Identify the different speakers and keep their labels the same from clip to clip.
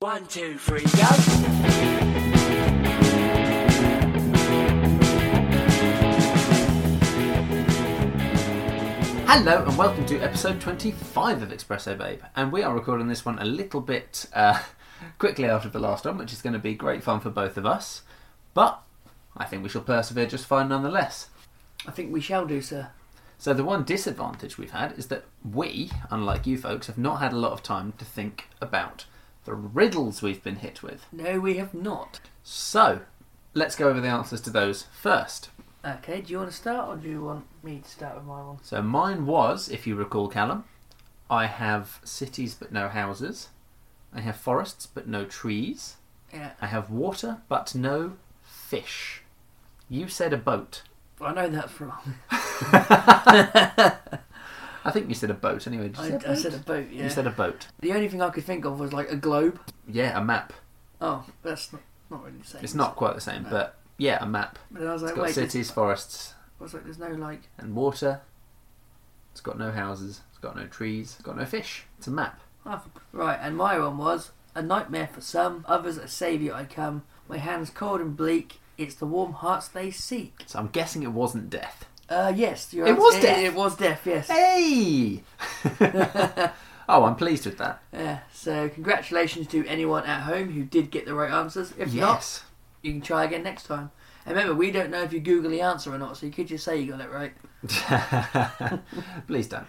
Speaker 1: One, two, three, go.
Speaker 2: Hello and welcome to episode 25 of Espresso Babe. And we are recording this one a little bit uh, quickly after the last one, which is going to be great fun for both of us. But I think we shall persevere just fine nonetheless.
Speaker 1: I think we shall do, sir.
Speaker 2: So, the one disadvantage we've had is that we, unlike you folks, have not had a lot of time to think about the riddles we've been hit with.
Speaker 1: No, we have not.
Speaker 2: So, let's go over the answers to those first.
Speaker 1: Okay, do you want to start or do you want me to start with my one?
Speaker 2: So mine was, if you recall, Callum, I have cities but no houses. I have forests but no trees.
Speaker 1: Yeah.
Speaker 2: I have water but no fish. You said a boat.
Speaker 1: I know that's wrong.
Speaker 2: I think you said a boat anyway. Did you
Speaker 1: I,
Speaker 2: say a
Speaker 1: I
Speaker 2: boat?
Speaker 1: said a boat, yeah.
Speaker 2: You said a boat.
Speaker 1: the only thing I could think of was like a globe.
Speaker 2: Yeah, a map.
Speaker 1: Oh, that's not, not really the same.
Speaker 2: It's not quite the same,
Speaker 1: No.
Speaker 2: but yeah, a map.
Speaker 1: But then I was
Speaker 2: It's
Speaker 1: like,
Speaker 2: got
Speaker 1: wait, there's-
Speaker 2: cities, forests,
Speaker 1: I was like, there's no like.
Speaker 2: and water. It's got no houses. It's got no trees. It's got no fish. It's a map.
Speaker 1: half- Right, and my one was a nightmare for some, others a saviour I come. My hands cold and bleak. It's the warm hearts they seek.
Speaker 2: So I'm guessing it wasn't death.
Speaker 1: Uh, yes, you're
Speaker 2: It
Speaker 1: right.
Speaker 2: was
Speaker 1: it,
Speaker 2: death.
Speaker 1: It, was death. Yes.
Speaker 2: Hey! oh, I'm pleased with that.
Speaker 1: Yeah, so congratulations to anyone at home who did get the right answers. If not,
Speaker 2: Yes.
Speaker 1: you can try again next time. And remember, we don't know if you Google the answer or not, so you could just say you got it right.
Speaker 2: Please don't.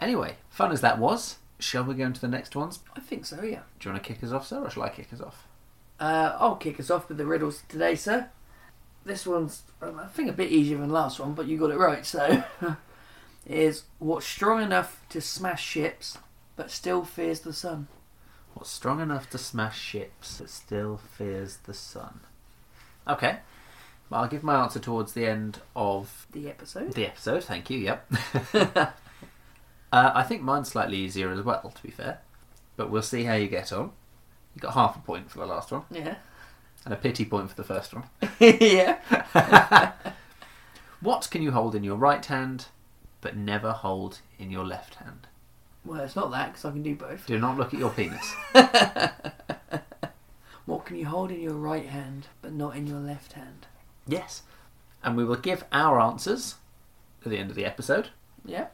Speaker 2: Anyway, fun as that was, shall we go into the next ones?
Speaker 1: I think so, yeah.
Speaker 2: Do you want to kick us off, sir, or shall I kick us off?
Speaker 1: Uh, I'll kick us off with the riddles today, sir. This one's, um, I think, a bit easier than the last one, but you got it right, so. is what's strong enough to smash ships, but still fears the sun?
Speaker 2: What's strong enough to smash ships but still fears the sun? Okay. Well, I'll give my answer towards the end of
Speaker 1: The episode?
Speaker 2: the episode. Thank you, yep. uh, I think mine's slightly easier as well, to be fair. But we'll see how you get on. You got half a point for the last one,
Speaker 1: Yeah.
Speaker 2: and a pity point for the first one.
Speaker 1: yeah.
Speaker 2: What can you hold in your right hand but never hold in your left hand?
Speaker 1: Well, it's not that, because I can do both.
Speaker 2: Do not look at your penis.
Speaker 1: What can you hold in your right hand, but not in your left hand?
Speaker 2: yes. And we will give our answers at the end of the episode.
Speaker 1: Yeah.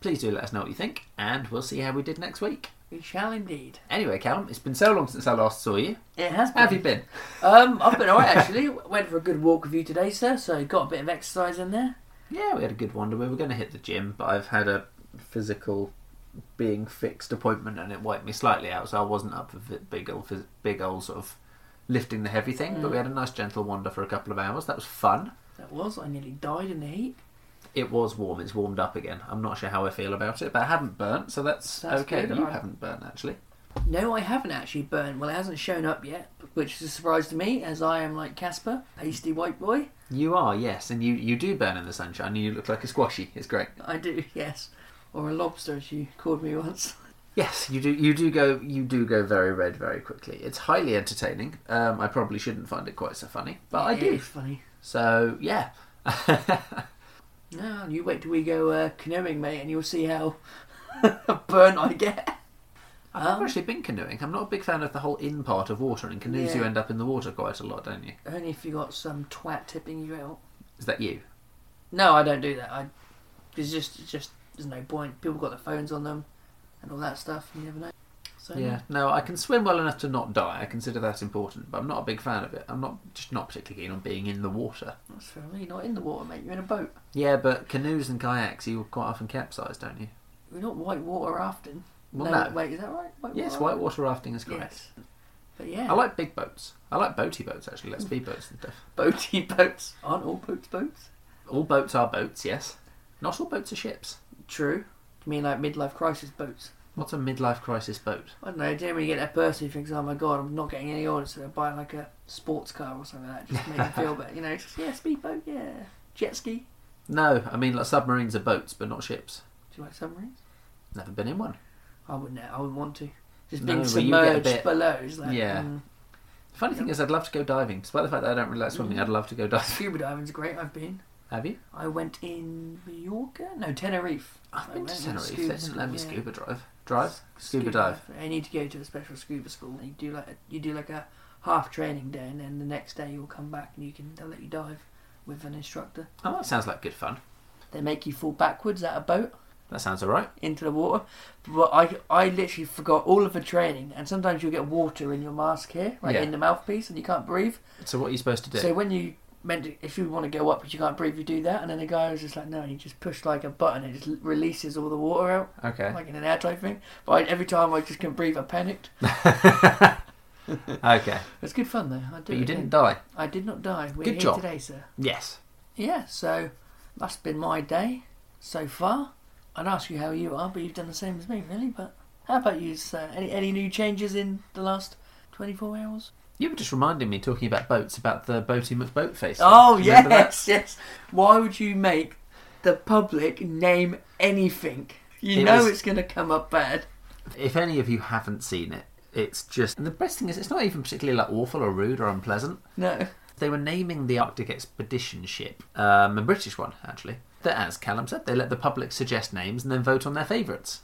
Speaker 2: Please do let us know what you think, and we'll see how we did next week.
Speaker 1: We shall indeed.
Speaker 2: Anyway, Callum, it's been so long since I last saw you.
Speaker 1: It has
Speaker 2: How have you been?
Speaker 1: Um, I've been alright actually. Went for a good walk with you today, sir. So got a bit of exercise in there.
Speaker 2: Yeah, we had a good wander. We were going to hit the gym, but I've had a physical being fixed appointment, and it wiped me slightly out, so I wasn't up for the big old, phys- big old sort of lifting the heavy thing.
Speaker 1: Mm.
Speaker 2: But we had a nice gentle wander for a couple of hours. That was fun.
Speaker 1: That was. I nearly died in the heat.
Speaker 2: It was warm. It's warmed up again. I'm not sure how I feel about it, but I haven't burnt, so that's,
Speaker 1: That's
Speaker 2: okay.
Speaker 1: good,
Speaker 2: you
Speaker 1: alright.
Speaker 2: haven't burnt actually.
Speaker 1: No, I haven't actually burned. Well, it hasn't shown up yet, which is a surprise to me, as I am like Casper, pasty white boy.
Speaker 2: You are yes, and you you do burn in the sunshine. and You look like a squashy. It's great.
Speaker 1: I do, yes, or a lobster, as you called me once.
Speaker 2: Yes, you do. You do go. You do go very red very quickly. It's highly entertaining. Um, I probably shouldn't find it quite so funny, but I
Speaker 1: It
Speaker 2: do.
Speaker 1: is funny.
Speaker 2: So yeah,
Speaker 1: No, you wait till we go uh, canoeing, mate, and you'll see how burnt I get. Um,
Speaker 2: I've never actually been canoeing. I'm not a big fan of the whole in part of water. In canoes, you
Speaker 1: Yeah.
Speaker 2: end up in the water quite a lot, don't you?
Speaker 1: Only if you got some twat tipping you out.
Speaker 2: Is that you?
Speaker 1: No, I don't do that. I it's just it's just there's no point. People got their phones on them and all that stuff. You never know. So
Speaker 2: Yeah. No, I can swim well enough to not die. I consider that important, but I'm not a big fan of it. I'm not just not particularly keen on being in the water.
Speaker 1: that's for me. Not in the water, mate. You're in a boat.
Speaker 2: Yeah, but canoes and kayaks, you quite often capsize, don't you?
Speaker 1: We're not white water rafting.
Speaker 2: Well, no.
Speaker 1: Wait, is that right? White
Speaker 2: Yes,
Speaker 1: water
Speaker 2: whitewater rafting is
Speaker 1: rafting?
Speaker 2: correct.
Speaker 1: Yes. But yeah,
Speaker 2: I like big boats. I like boaty boats actually, like speed boats and stuff.
Speaker 1: boaty boats. Aren't all boats boats?
Speaker 2: All boats are boats, yes. Not all boats are ships.
Speaker 1: True. You mean like midlife crisis boats?
Speaker 2: What's a midlife crisis boat?
Speaker 1: I don't know. Generally, you get that person who thinks, "Oh my god, I'm not getting any orders," so they buy like a sports car or something like that just to make them feel better. You know, just, yeah, speedboat, yeah, jet ski.
Speaker 2: No, I mean like submarines are boats, but not ships.
Speaker 1: Do you like submarines?
Speaker 2: Never been in one.
Speaker 1: I wouldn't. I wouldn't want to. Just
Speaker 2: No,
Speaker 1: being
Speaker 2: but you get a
Speaker 1: submerged
Speaker 2: bit-
Speaker 1: below is like
Speaker 2: Yeah.
Speaker 1: mm.
Speaker 2: Funny thing is, I'd love to go diving. Despite the fact that I don't really like swimming, I'd love to go diving.
Speaker 1: scuba diving's great. I've been.
Speaker 2: Have you?
Speaker 1: I went in Mallorca. No, Tenerife.
Speaker 2: I've
Speaker 1: I
Speaker 2: been
Speaker 1: went
Speaker 2: to
Speaker 1: in
Speaker 2: Tenerife. They
Speaker 1: scuba-
Speaker 2: didn't let me
Speaker 1: yeah.
Speaker 2: scuba drive. Drive? Scuba, dive.
Speaker 1: You need to go to a special scuba school. You do like a, you do like a half training day, and then the next day you'll come back and you can they'll let you dive with an instructor.
Speaker 2: Oh, that sounds like good fun.
Speaker 1: They make you fall backwards out of boat
Speaker 2: That sounds alright.
Speaker 1: into the water. But I I literally forgot all of the training, and sometimes you'll get water in your mask here, like
Speaker 2: Yeah.
Speaker 1: in the mouthpiece, and you can't breathe.
Speaker 2: So, what are you supposed to do?
Speaker 1: So when you meant to, if you want to go up but you can't breathe, you do that, and then the guy was just like, no, and he just pushed like a button, and it just releases all the water out,
Speaker 2: okay.
Speaker 1: like in an air type thing. But I, every time I just couldn't breathe, I panicked.
Speaker 2: okay.
Speaker 1: It's good fun though. I do
Speaker 2: But
Speaker 1: it
Speaker 2: you
Speaker 1: again.
Speaker 2: didn't die.
Speaker 1: I did not die. We're
Speaker 2: Good
Speaker 1: here
Speaker 2: job.
Speaker 1: today, sir.
Speaker 2: Yes.
Speaker 1: Yeah. So that's been my day so far. I'd ask you how you are, but you've done the same as me, really. But how about you, sir? Any any new changes in the last twenty four hours?
Speaker 2: You were just reminding me talking about boats about the boaty McBoatface.
Speaker 1: Oh
Speaker 2: Remember that?
Speaker 1: yes, yes. Why would you make the public name anything? You
Speaker 2: It
Speaker 1: know
Speaker 2: was-
Speaker 1: it's going to come up bad.
Speaker 2: If any of you haven't seen it, it's just and the best thing is it's not even particularly like awful or rude or unpleasant.
Speaker 1: No.
Speaker 2: They were naming the Arctic expedition ship, um, a British one actually. That, as Callum said, they let the public suggest names and then vote on their favourites.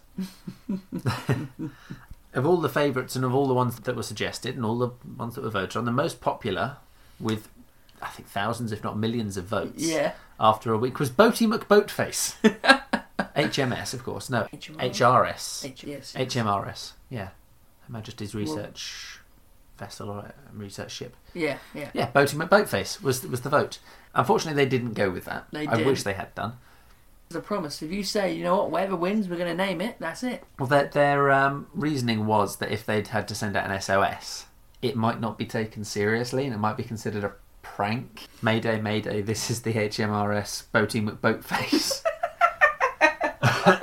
Speaker 2: of all the favourites and of all the ones that were suggested and all the ones that were voted on, the most popular, with I think thousands if not millions of votes,
Speaker 1: Yeah.
Speaker 2: after a week was Boaty McBoatface. HMS, of course. No,
Speaker 1: HMRS.
Speaker 2: HRS.
Speaker 1: Mm. H- yes.
Speaker 2: HMRS, yeah. Her Majesty's Research Vessel or uh, Research Ship.
Speaker 1: Yeah. Yeah.
Speaker 2: Yeah, Boating McBoatface was, was the vote. Unfortunately, they didn't go with that.
Speaker 1: They
Speaker 2: I
Speaker 1: didn't.
Speaker 2: wish they had done.
Speaker 1: It's a promise. If you say, you know what, whatever wins, we're going to name it. That's it.
Speaker 2: Well, their, their um, reasoning was that if they'd had to send out an SOS, it might not be taken seriously and it might be considered a prank. Mayday, Mayday, this is the HMRS Boating McBoatface.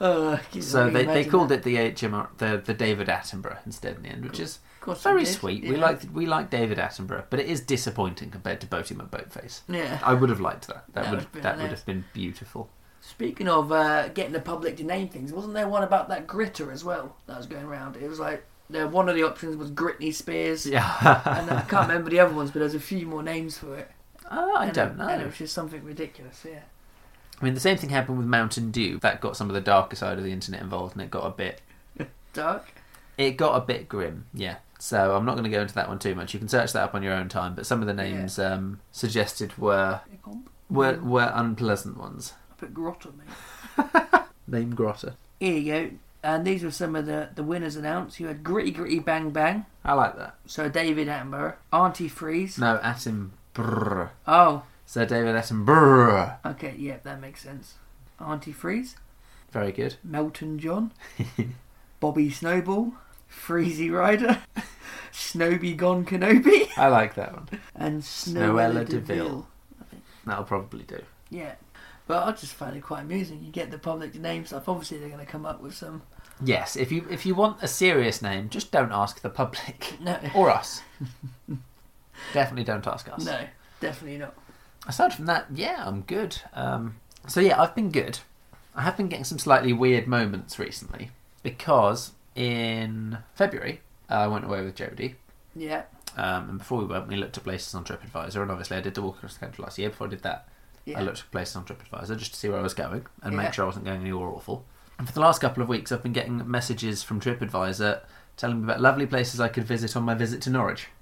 Speaker 1: Uh,
Speaker 2: so they, they called it the HMR, the, the David Attenborough instead in the end, which is Very sweet. We like we like David Attenborough, but it is disappointing compared to Boating McBoatface.
Speaker 1: Yeah.
Speaker 2: I would have liked that. That,
Speaker 1: That
Speaker 2: would
Speaker 1: would've been
Speaker 2: that would
Speaker 1: hilarious.
Speaker 2: have been beautiful.
Speaker 1: Speaking of uh, getting the public to name things, wasn't there one about that gritter as well that was going around? It was like there, one of the options was Gritney Spears,
Speaker 2: Yeah,
Speaker 1: and I can't remember the other ones, but there's a few more names for it.
Speaker 2: Oh, I
Speaker 1: And
Speaker 2: don't
Speaker 1: it-
Speaker 2: know.
Speaker 1: And it was just something ridiculous. Yeah.
Speaker 2: I mean, the same thing happened with Mountain Dew. That got some of the darker side of the internet involved, and it got a bit
Speaker 1: Dark.
Speaker 2: it got a bit grim. Yeah. So I'm not going to go into that one too much. You can search that up on your own time. But some of the
Speaker 1: Yeah.
Speaker 2: names um, suggested were were were unpleasant ones.
Speaker 1: I Mm. put grotto, mate.
Speaker 2: Name Grotter.
Speaker 1: Here you go. And these were some of the, the winners announced. You had Gritty Gritty Bang Bang,
Speaker 2: I like that.
Speaker 1: so David Attenborough, Auntie Freeze.
Speaker 2: No, Attenborough.
Speaker 1: Oh,
Speaker 2: Sir David Attenborough.
Speaker 1: okay, yeah, that makes sense. Auntie Freeze,
Speaker 2: Very good.
Speaker 1: Melton John, Bobby Snowball, Freezy Rider, Snowby Gone Kenobi,
Speaker 2: I like that one.
Speaker 1: and
Speaker 2: Snoella
Speaker 1: Snowella
Speaker 2: Deville.
Speaker 1: Deville.
Speaker 2: That'll probably do.
Speaker 1: Yeah, but I just find it quite amusing. You get the public to name stuff. Obviously, they're going to come up with some.
Speaker 2: Yes, if you if you want a serious name, just don't ask the public
Speaker 1: No,
Speaker 2: or us. Definitely don't ask us.
Speaker 1: no, definitely not.
Speaker 2: Aside from that, yeah, I'm good. Um, so yeah, I've been good. I have been getting some slightly weird moments recently because in February uh, I went away with Jodie.
Speaker 1: Yeah,
Speaker 2: Um, and before we went, we looked at places on TripAdvisor, and obviously I did the walk across the country last year. Before I did that,
Speaker 1: yeah.
Speaker 2: I looked at places on TripAdvisor just to see where I was going and
Speaker 1: Yeah.
Speaker 2: make sure I wasn't going anywhere awful. And for the last couple of weeks, I've been getting messages from TripAdvisor telling me about lovely places I could visit on my visit to Norwich.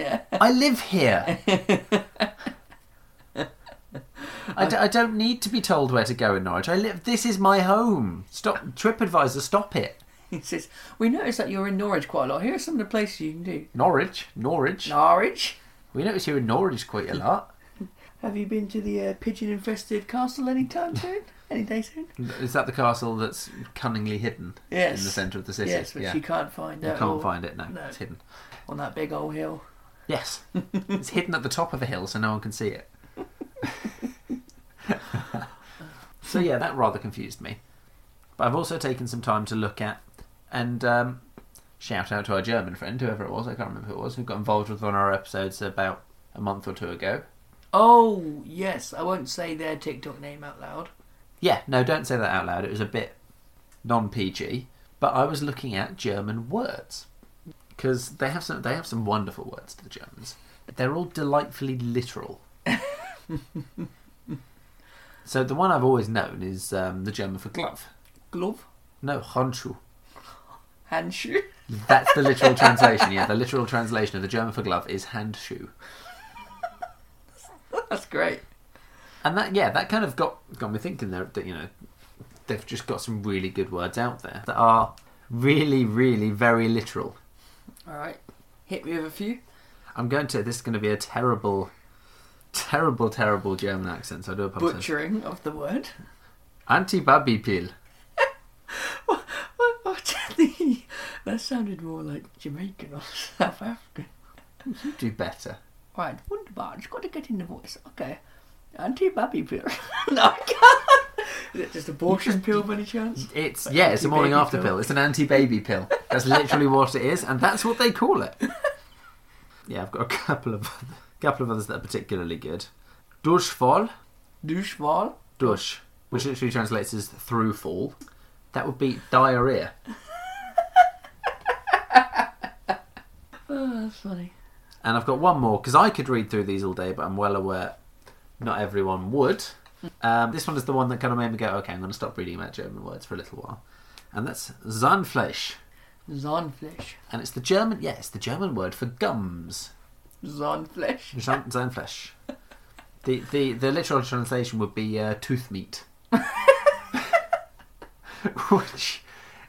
Speaker 1: Yeah,
Speaker 2: I live here. I, d- I don't need to be told where to go in Norwich. I live. This is my home. Stop, TripAdvisor. Stop it.
Speaker 1: he says we noticed that you're in Norwich quite a lot. Here are some of the places you can do.
Speaker 2: Norwich, Norwich.
Speaker 1: Norwich.
Speaker 2: We notice you're in Norwich quite a lot.
Speaker 1: Have you been to the uh, pigeon-infested castle any time soon? Any day soon?
Speaker 2: Is that the castle that's cunningly hidden
Speaker 1: Yes.
Speaker 2: in the centre of the city?
Speaker 1: Yes, which
Speaker 2: yeah.
Speaker 1: you can't find.
Speaker 2: You
Speaker 1: at all
Speaker 2: can't find it. No,
Speaker 1: No.
Speaker 2: it's hidden.
Speaker 1: on that big old hill.
Speaker 2: Yes. it's hidden at the top of a hill so no one can see it. so, yeah, that rather confused me. But I've also taken some time to look at and um, shout out to our German friend, whoever it was, I can't remember who it was, who got involved with one of our episodes about a month or two ago.
Speaker 1: Oh yes, I won't say their TikTok name out loud.
Speaker 2: Yeah, no, don't say that out loud. It was a bit non PG. But I was looking at German words because they have some they have some wonderful words to the Germans. They're all delightfully literal. so the one I've always known is um, the German for glove,
Speaker 1: glove,
Speaker 2: No, Honshu.
Speaker 1: handshoe.
Speaker 2: That's the literal translation. Yeah, the literal translation of the German for glove is hand shoe.
Speaker 1: That's great.
Speaker 2: And that, yeah, that kind of got got me thinking there that you know they've just got some really good words out there that are really, really very literal.
Speaker 1: All right, hit me with a few.
Speaker 2: I'm going to. This is going to be a terrible, terrible, terrible German accent. So I do apologise.
Speaker 1: Butchering of the word.
Speaker 2: Anti-Babypil.
Speaker 1: What, what, what the, that sounded more like Jamaican or South African.
Speaker 2: You do better.
Speaker 1: Right, wunderbar. Just got to get in the voice. Okay. Anti-baby pill. no, I can't. Is it just abortion pill by any chance?
Speaker 2: It's yeah, it's a morning
Speaker 1: anti-baby
Speaker 2: after
Speaker 1: pill.
Speaker 2: pill. It's an anti-baby pill. That's literally what it is, and that's what they call it. Yeah, I've got a couple of couple of others that are particularly good. Durchfall,
Speaker 1: Doucheball.
Speaker 2: dush, which literally translates as through fall. That would be diarrhea.
Speaker 1: Oh, that's funny.
Speaker 2: And I've got one more because I could read through these all day, but I'm well aware not everyone would. Um, this one is the one that kind of made me go, okay, I'm going to stop reading about German words for a little while, and that's Zahnfleisch,
Speaker 1: Zahnfleisch.
Speaker 2: and it's the German, yeah, it's the German word for gums.
Speaker 1: Zahnfleisch.
Speaker 2: Jean, Zahnfleisch. The, the the literal translation would be uh, tooth meat, which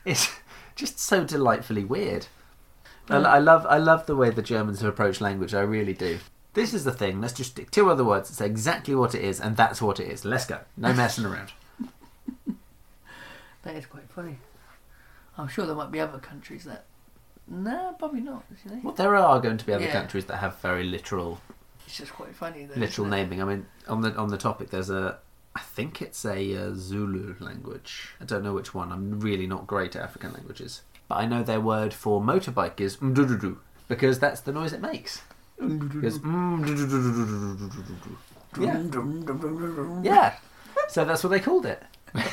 Speaker 2: is just so delightfully weird. I, I love I love the way the Germans have approached language. I really do. This is the thing. Let's just stick two other words that say exactly what it is, and that's what it is. Let's go. No messing around.
Speaker 1: That is quite funny. I'm sure there might be other countries that. No, probably not. Actually.
Speaker 2: Well, there are going to be other
Speaker 1: Yeah.
Speaker 2: countries that have very literal
Speaker 1: It's just quite funny though.
Speaker 2: literal
Speaker 1: isn't it?
Speaker 2: naming. I mean, on the on the topic, there's a I think it's a uh, Zulu language. I don't know which one. I'm really not great at African languages, but I know their word for motorbike is mdududu because that's the noise it makes. It goes, "mdudududududududududu." yeah, yeah. So that's what they called it,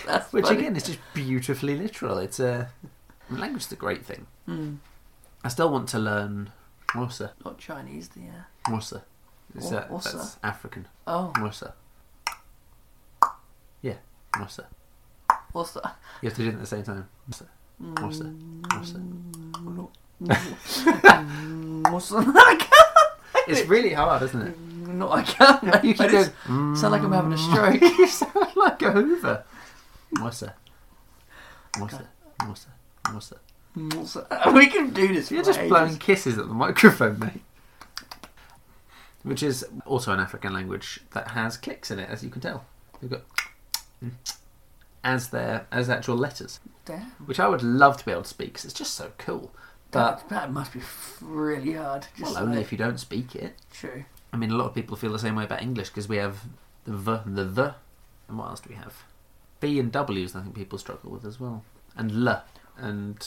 Speaker 1: That's
Speaker 2: which
Speaker 1: funny.
Speaker 2: again is just beautifully literal. It's a I mean, language is a great thing.
Speaker 1: Mm,
Speaker 2: I still want to learn Mosa.
Speaker 1: not Chinese, the. Uh...
Speaker 2: Mosa. It's uh,
Speaker 1: Xhosa?
Speaker 2: that's African.
Speaker 1: Oh,
Speaker 2: Mosa. Yeah, Mosa.
Speaker 1: what's that?
Speaker 2: You have to do it at the same time. What's that? What's that? What's that?
Speaker 1: No. What's that? I can't.
Speaker 2: It's really hard, isn't it?
Speaker 1: No, I can't.
Speaker 2: You
Speaker 1: I
Speaker 2: keep
Speaker 1: just
Speaker 2: going,
Speaker 1: sound like I'm having a stroke.
Speaker 2: you sound like a Hoover. What's that? What's that? What's that? What's that?
Speaker 1: What's that? We can do this.
Speaker 2: You're
Speaker 1: for
Speaker 2: just
Speaker 1: ages.
Speaker 2: blowing kisses at the microphone, mate. Which is also an African language that has clicks in it, as you can tell. They've got mm, as their as actual letters,
Speaker 1: Damn.
Speaker 2: which I would love to be able to speak 'cause it's just so cool. But
Speaker 1: That, that must be f- really hard. Just
Speaker 2: well, only
Speaker 1: like-
Speaker 2: if you don't speak it.
Speaker 1: True.
Speaker 2: I mean, a lot of people feel the same way about English because we have the v, the the, and what else do we have? B and W's. I think people struggle with as well, and l and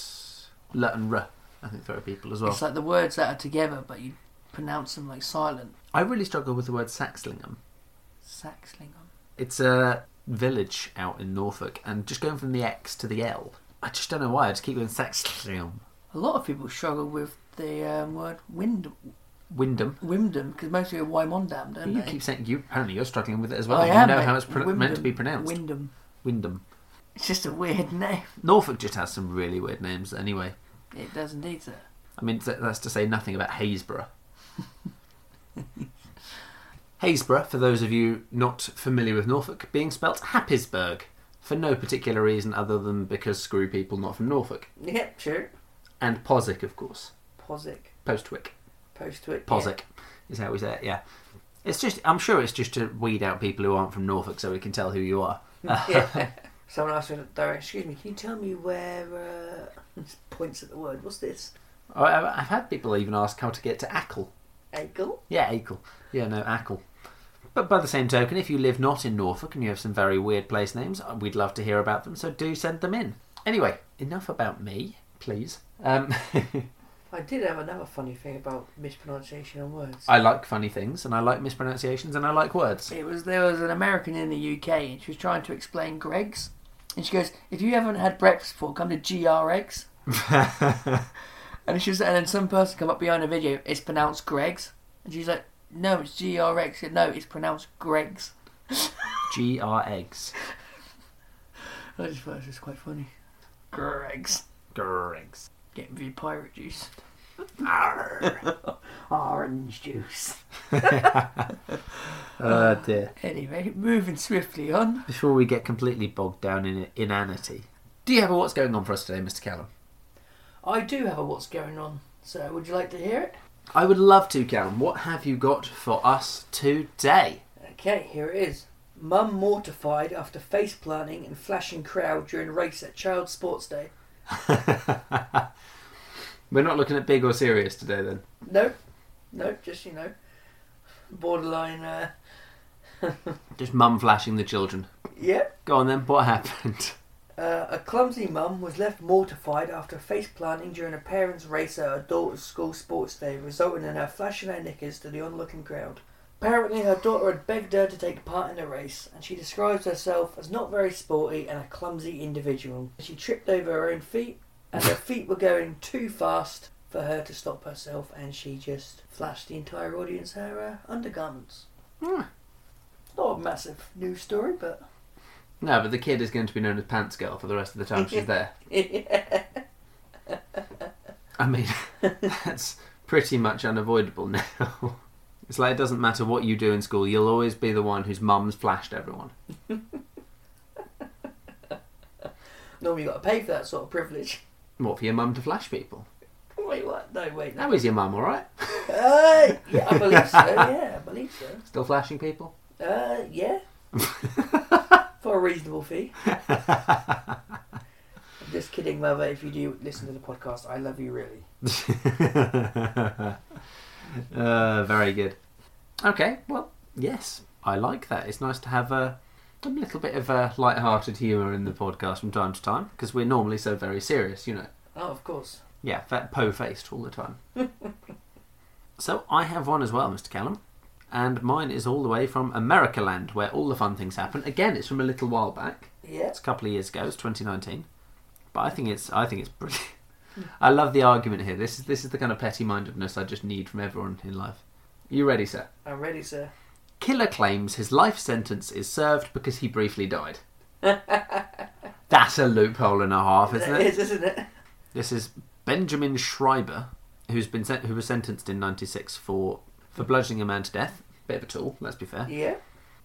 Speaker 2: l and r. I think throw people as well.
Speaker 1: It's like the words that are together, but you pronounce them like silent.
Speaker 2: I really struggle with the word Saxlingham.
Speaker 1: Saxlingham.
Speaker 2: It's a village out in Norfolk, and just going from the X to the L. I just don't know why. I just keep going Saxlingham,
Speaker 1: A lot of people struggle with the um, word wind,
Speaker 2: Wyndham.
Speaker 1: Wimdom, because most people are Wymondam, don't
Speaker 2: You
Speaker 1: they?
Speaker 2: keep saying you. Apparently, you're struggling with it as well.
Speaker 1: I
Speaker 2: you
Speaker 1: am,
Speaker 2: know
Speaker 1: mate.
Speaker 2: how it's pro- meant to
Speaker 1: Wyndham.
Speaker 2: be pronounced.
Speaker 1: Wyndham.
Speaker 2: Wyndham.
Speaker 1: It's just a weird name.
Speaker 2: Norfolk just has some really weird names. Anyway,
Speaker 1: It does indeed, sir.
Speaker 2: I mean, th- that's to say nothing about Haysborough. Haysborough, for those of you not familiar with Norfolk, being spelt Happisburg, for no particular reason other than because screw people not from Norfolk.
Speaker 1: Yep, sure.
Speaker 2: And Posick, of course.
Speaker 1: Posick.
Speaker 2: Postwick.
Speaker 1: Postwick.
Speaker 2: Posick is how we say it, yeah. It's just, I'm sure it's just to weed out people who aren't from Norfolk so we can tell who you are.
Speaker 1: yeah. Someone asked me at the direct, excuse me, can you tell me where. Uh, points at the word, what's this?
Speaker 2: I- I- I've had people even ask how to get to Ackle.
Speaker 1: Ankle?
Speaker 2: Yeah, Ackle. Yeah, no, Ackle. But by the same token, if you live not in Norfolk and you have some very weird place names, uh, we'd love to hear about them, so do send them in. Anyway, enough about me, please. Um,
Speaker 1: I did have another funny thing about mispronunciation on words.
Speaker 2: I like funny things, and I like mispronunciations, and I like words.
Speaker 1: It was there was an American in the UK, and she was trying to explain Greg's, and she goes, "If you haven't had breakfast before, come to GRX." and she was, and then some person come up behind a video. It's pronounced Greg's, and she's like, "No, it's GRX." She said, No, it's pronounced Greg's.
Speaker 2: G R eggs.
Speaker 1: I just thought it was just quite funny. Greg's
Speaker 2: Grinks.
Speaker 1: getting the pirate juice.
Speaker 2: Arr.
Speaker 1: Orange juice.
Speaker 2: oh dear.
Speaker 1: Anyway, moving swiftly on.
Speaker 2: Before we get completely bogged down in inanity, do you have a what's going on for us today, Mr. Callum?
Speaker 1: I do have a what's going on, so would you like to hear it?
Speaker 2: I would love to, Callum. What have you got for us today?
Speaker 1: Okay, here it is. Mum mortified after face planting and flashing crowd during race at Child Sports Day.
Speaker 2: We're not looking at big or serious today, then.
Speaker 1: Nope, nope, just you know, borderline. Uh,
Speaker 2: Just mum flashing the children.
Speaker 1: yeah,
Speaker 2: Go on then. What happened?
Speaker 1: Uh, a clumsy mum was left mortified after face planting during a parents' race at her daughter's school sports day, resulting in her flashing her knickers to the onlooking crowd. Apparently, her daughter had begged her to take part in the race, and she describes herself as not very sporty and a clumsy individual. She tripped over her own feet, and her feet were going too fast for her to stop herself, and she just flashed the entire audience her uh, undergarments.
Speaker 2: Hmm.
Speaker 1: Not a massive news story, but
Speaker 2: No, but the kid is going to be known as Pants Girl for the rest of the time she's there. I mean, that's pretty much unavoidable now. It's like it doesn't matter what you do in school, you'll always be the one whose mum's flashed everyone.
Speaker 1: normally you got to pay for that sort of privilege.
Speaker 2: What, for your mum to flash people?
Speaker 1: Wait, what? No, wait, no.
Speaker 2: That was your mum, alright?
Speaker 1: Uh, yeah, I believe so. Yeah, I believe so.
Speaker 2: Still flashing people?
Speaker 1: Uh, yeah. For a reasonable fee. I'm just kidding, mother. If you do listen to the podcast, I love you really.
Speaker 2: uh, very good. Okay, well, yes, I like that. It's nice to have a, a little bit of uh, light-hearted humour in the podcast from time to time, because we're normally so very serious, you know.
Speaker 1: Oh, of course.
Speaker 2: Yeah, fat po faced all the time. so I have one as well, Mr. Callum. And mine is all the way from America Land, where all the fun things happen. Again, it's from a little while back.
Speaker 1: Yeah.
Speaker 2: It's a couple of years ago. It's 2019. But I think it's I think it's brilliant. I love the argument here. This is this is the kind of petty mindedness I just need from everyone in life. You ready, sir?
Speaker 1: I'm ready, sir.
Speaker 2: Killer claims his life sentence is served because he briefly died. That's a loophole and a half, isn't
Speaker 1: That
Speaker 2: it?
Speaker 1: is, isn't it?
Speaker 2: This is Benjamin Schreiber, who's been sent, who was sentenced in '96 for for bludgeoning a man to death. Bit of a tool, let's be fair.
Speaker 1: Yeah.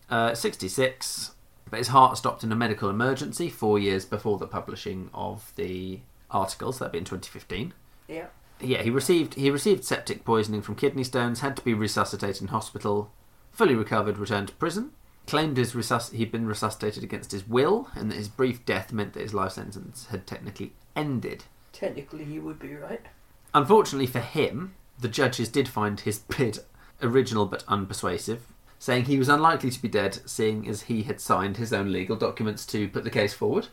Speaker 2: Uh, '66, but his heart stopped in a medical emergency four years before the publishing of the articles. That'd be in 2015.
Speaker 1: Yeah.
Speaker 2: Yeah, he received he received septic poisoning from kidney stones, had to be resuscitated in hospital, fully recovered, returned to prison. Claimed his resus- he'd been resuscitated against his will, and that his brief death meant that his life sentence had technically ended.
Speaker 1: Technically, he would be right.
Speaker 2: Unfortunately for him, the judges did find his bid original but unpersuasive, saying he was unlikely to be dead, seeing as he had signed his own legal documents to put the case forward,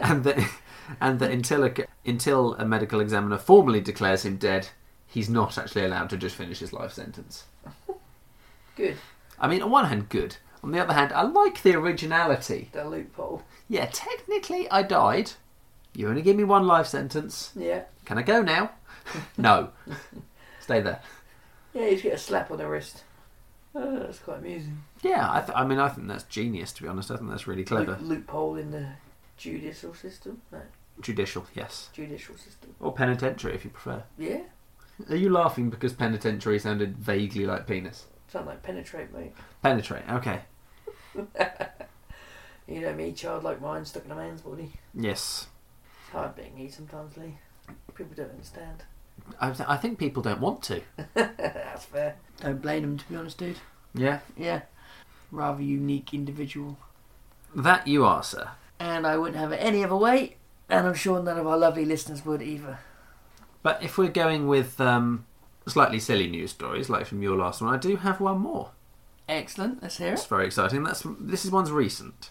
Speaker 2: and that and that until a, until a medical examiner formally declares him dead, he's not actually allowed to just finish his life sentence.
Speaker 1: Good.
Speaker 2: I mean, on one hand, good. On the other hand, I like the originality.
Speaker 1: The loophole.
Speaker 2: Yeah, technically, I died. You only give me one life sentence.
Speaker 1: Yeah.
Speaker 2: Can I go now? no. Stay there.
Speaker 1: Yeah, he's get a slap on the wrist. Oh, that's quite amusing.
Speaker 2: Yeah, I, th- I mean, I think that's genius, to be honest. I think that's really clever.
Speaker 1: Loop- loophole in the judicial system. No,
Speaker 2: Judicial, yes.
Speaker 1: judicial system.
Speaker 2: Or penitentiary, if you prefer.
Speaker 1: Yeah.
Speaker 2: Are you laughing because penitentiary sounded vaguely like penis?
Speaker 1: Sound like penetrate, mate.
Speaker 2: Penetrate, okay.
Speaker 1: You know me, child like mine, stuck in a man's body.
Speaker 2: Yes.
Speaker 1: It's hard being me sometimes, Lee. People don't understand.
Speaker 2: I, th- I think people don't want to.
Speaker 1: That's fair. Don't blame them, to be honest, dude.
Speaker 2: Yeah.
Speaker 1: Yeah. Rather unique individual.
Speaker 2: That you are, sir.
Speaker 1: And I wouldn't have it any other way, and I'm sure none of our lovely listeners would either.
Speaker 2: But if we're going with um, slightly silly news stories, like from your last one, I do have one more.
Speaker 1: Excellent, let's hear
Speaker 2: It's very exciting. That's this is one's recent,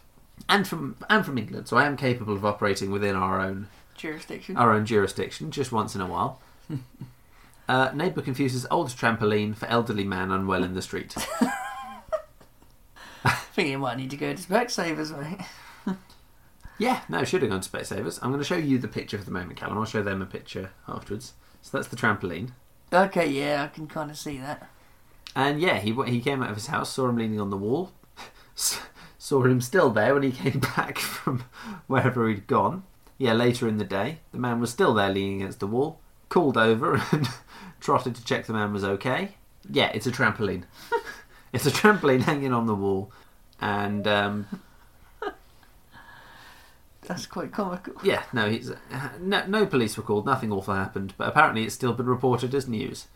Speaker 2: and from and from England, so I am capable of operating within our own
Speaker 1: Jurisdiction.
Speaker 2: our own jurisdiction just once in a while. Uh, neighbour confuses old trampoline for elderly man unwell in the street.
Speaker 1: I think you might need to go to Specsavers, mate.
Speaker 2: yeah, no, should have gone to Space Savers. I'm going to show you the picture for the moment, Callum. I'll show them a picture afterwards. So that's the trampoline.
Speaker 1: Okay, yeah, I can kind of see that.
Speaker 2: And yeah, he wa- he came out of his house, saw him leaning on the wall, s- Saw him still there when he came back from wherever he'd gone. Yeah, later in the day, the man was still there leaning against the wall. Called over and trotted to check the man was okay. Yeah, it's a trampoline. it's a trampoline hanging on the wall. And um,
Speaker 1: That's quite comical.
Speaker 2: Yeah, no, he's uh, no, no police were called. Nothing awful happened, but apparently it's still been reported as news.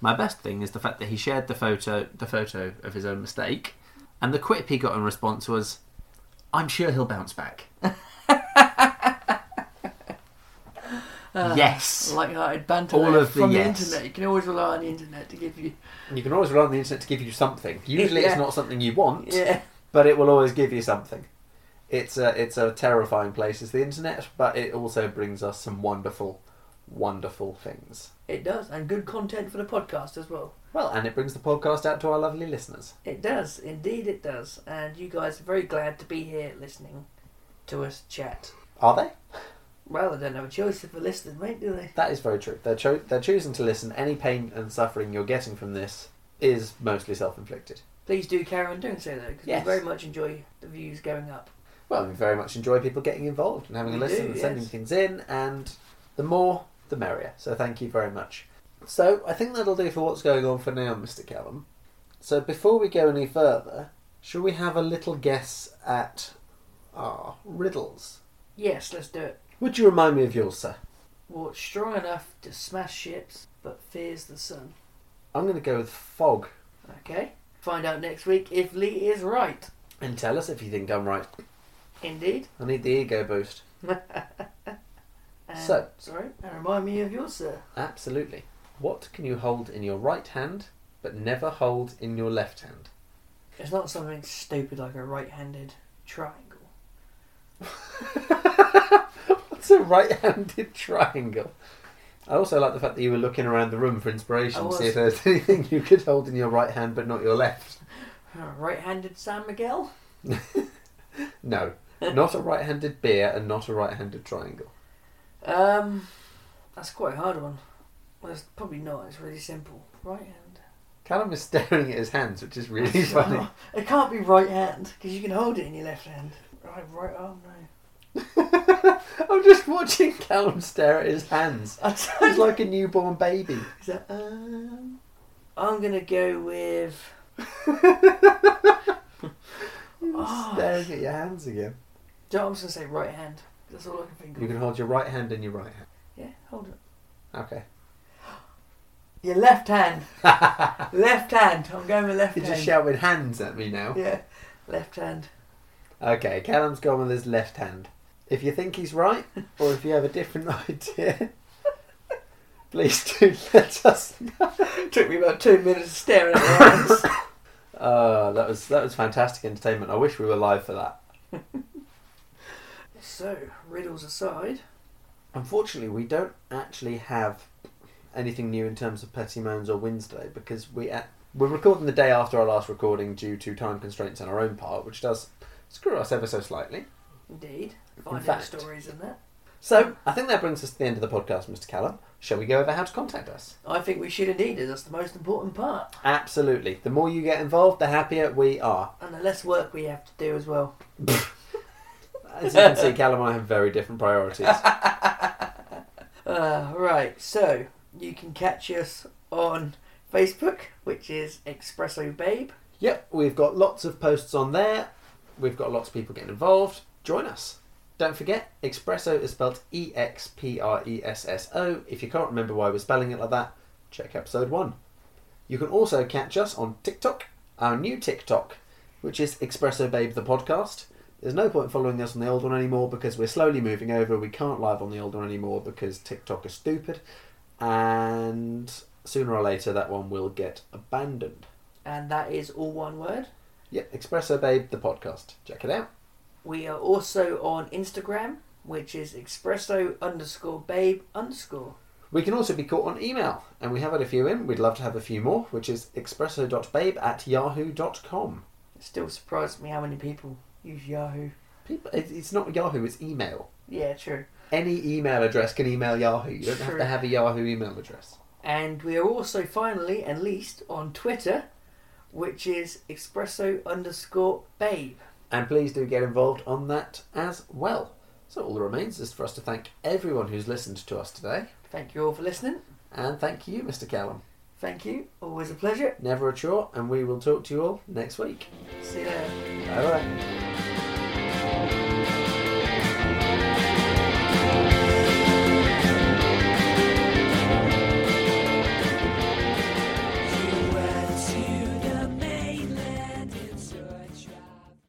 Speaker 2: My best thing is the fact that he shared the photo, the photo of his own mistake, and the quip he got in response was, "I'm sure he'll bounce back." yes,
Speaker 1: Uh, Light-hearted banter
Speaker 2: All
Speaker 1: there
Speaker 2: of the
Speaker 1: from
Speaker 2: yes.
Speaker 1: the internet. You can always rely on the internet to give you.
Speaker 2: you can always rely on the internet to give you something. Usually,
Speaker 1: Yeah.
Speaker 2: it's not something you want,
Speaker 1: Yeah.
Speaker 2: but it will always give you something. It's a it's a terrifying place is the internet, but it also brings us some wonderful, wonderful things.
Speaker 1: It does, and good content for the podcast as well.
Speaker 2: Well, and it brings the podcast out to our lovely listeners.
Speaker 1: It does, indeed, it does. And you guys are very glad to be here listening to us chat.
Speaker 2: Are they?
Speaker 1: Well, they don't have a choice if they're listening, mate, do they?
Speaker 2: That is very true. They're, cho- they're choosing to listen. Any pain and suffering you're getting from this is mostly self inflicted.
Speaker 1: Please do carry on doing so, though, because
Speaker 2: Yes.
Speaker 1: we very much enjoy the views going up.
Speaker 2: Well, we very much enjoy people getting involved and having a
Speaker 1: We
Speaker 2: listen
Speaker 1: do,
Speaker 2: and sending
Speaker 1: yes.
Speaker 2: things in, and the more, the merrier. So thank you very much. So I think that'll do for what's going on for now, Mr. Callum. So before we go any further, shall we have a little guess at our riddles?
Speaker 1: Yes, let's do it.
Speaker 2: Would you remind me of yours, sir?
Speaker 1: Walks strong enough to smash ships, but fears the sun.
Speaker 2: I'm going to go with fog.
Speaker 1: Okay? Find out next week if Lee is right.
Speaker 2: And tell us if you think I'm right.
Speaker 1: Indeed.
Speaker 2: I need the ego boost.
Speaker 1: And,
Speaker 2: So-
Speaker 1: Sorry, and remind me of yours, sir.
Speaker 2: Absolutely. What can you hold in your right hand but never hold in your left hand?
Speaker 1: It's not something stupid like a right handed triangle.
Speaker 2: What's a right handed triangle? I also like the fact that you were looking around the room for
Speaker 1: I
Speaker 2: inspiration to
Speaker 1: was.
Speaker 2: see if there's anything you could hold in your right hand but not your left.
Speaker 1: Right handed San Miguel?
Speaker 2: No, not a right handed beer and not a right handed triangle.
Speaker 1: Um, that's quite a hard one. Well, it's probably not, it's really simple. Right hand.
Speaker 2: Callum is staring at his hands, which is really funny.
Speaker 1: It can't be right hand, because you can hold it in your left hand. Right, right arm, no.
Speaker 2: I'm just watching Callum stare at his hands.
Speaker 1: I don't
Speaker 2: He's like a newborn baby.
Speaker 1: Is that, um, I'm gonna go with. oh,
Speaker 2: Staring at your hands again.
Speaker 1: do you know what I'm just gonna say right hand. That's all I can think of.
Speaker 2: You can hold your right hand in your right hand.
Speaker 1: Yeah, hold it.
Speaker 2: Okay.
Speaker 1: Your left hand. left hand. I'm going with left
Speaker 2: You're
Speaker 1: hand.
Speaker 2: just shouting hands at me now.
Speaker 1: yeah, left hand.
Speaker 2: Okay, Callum's gone with his left hand. If you think he's right, or if you have a different idea, please do let us know.
Speaker 1: Took me about two minutes staring at my hands.
Speaker 2: Oh, that was that was fantastic entertainment. I wish we were live for that.
Speaker 1: so, riddles aside,
Speaker 2: Unfortunately, we don't actually have anything new in terms of Petty Moans or Wednesday because we a we're recording the day after our last recording due to time constraints on our own part, which does screw us ever so slightly.
Speaker 1: indeed, finding
Speaker 2: fact.
Speaker 1: stories in that.
Speaker 2: So I think that brings us to the end of the podcast, Mr. Callum. Shall we go over how to contact us?
Speaker 1: I think we should indeed, as that's the most important part,
Speaker 2: Absolutely. The more you get involved, the happier we are.
Speaker 1: and the less work we have to do as well.
Speaker 2: As you can see, Callum and I have very different priorities.
Speaker 1: Uh, right, so you can catch us on Facebook, which is Espresso Babe.
Speaker 2: yep, we've got lots of posts on there. We've got lots of people getting involved. Join us. Don't forget, Expresso is spelled E X P R E S S O. If you can't remember why we're spelling it like that, check episode one. You can also catch us on TikTok, our new TikTok, which is Expresso Babe the podcast. There's no point following us on the old one anymore because we're slowly moving over. We can't live on the old one anymore because TikTok is stupid. And sooner or later, that one will get abandoned.
Speaker 1: and that is all one word.
Speaker 2: Yeah, Expresso Babe the podcast. Check it out.
Speaker 1: We are also on Instagram, which is Espresso underscore Babe underscore.
Speaker 2: We can also be caught on email, and we have had a few in. We'd love to have a few more, which is expresso.babe at yahoo.com.
Speaker 1: It still surprises me how many people use Yahoo.
Speaker 2: People, it, it's not Yahoo, it's email.
Speaker 1: Yeah, true.
Speaker 2: Any email address can email Yahoo. You don't have
Speaker 1: True.
Speaker 2: to have a Yahoo email address.
Speaker 1: And we are also finally and least on Twitter, which is Espresso underscore Babe.
Speaker 2: And please do get involved on that as well. So all that remains is for us to thank everyone who's listened to us today.
Speaker 1: Thank you all for listening.
Speaker 2: And thank you, Mr. Callum.
Speaker 1: Thank you. Always a pleasure.
Speaker 2: Never a chore, and we will talk to you all next week.
Speaker 1: See you later.
Speaker 2: Bye bye.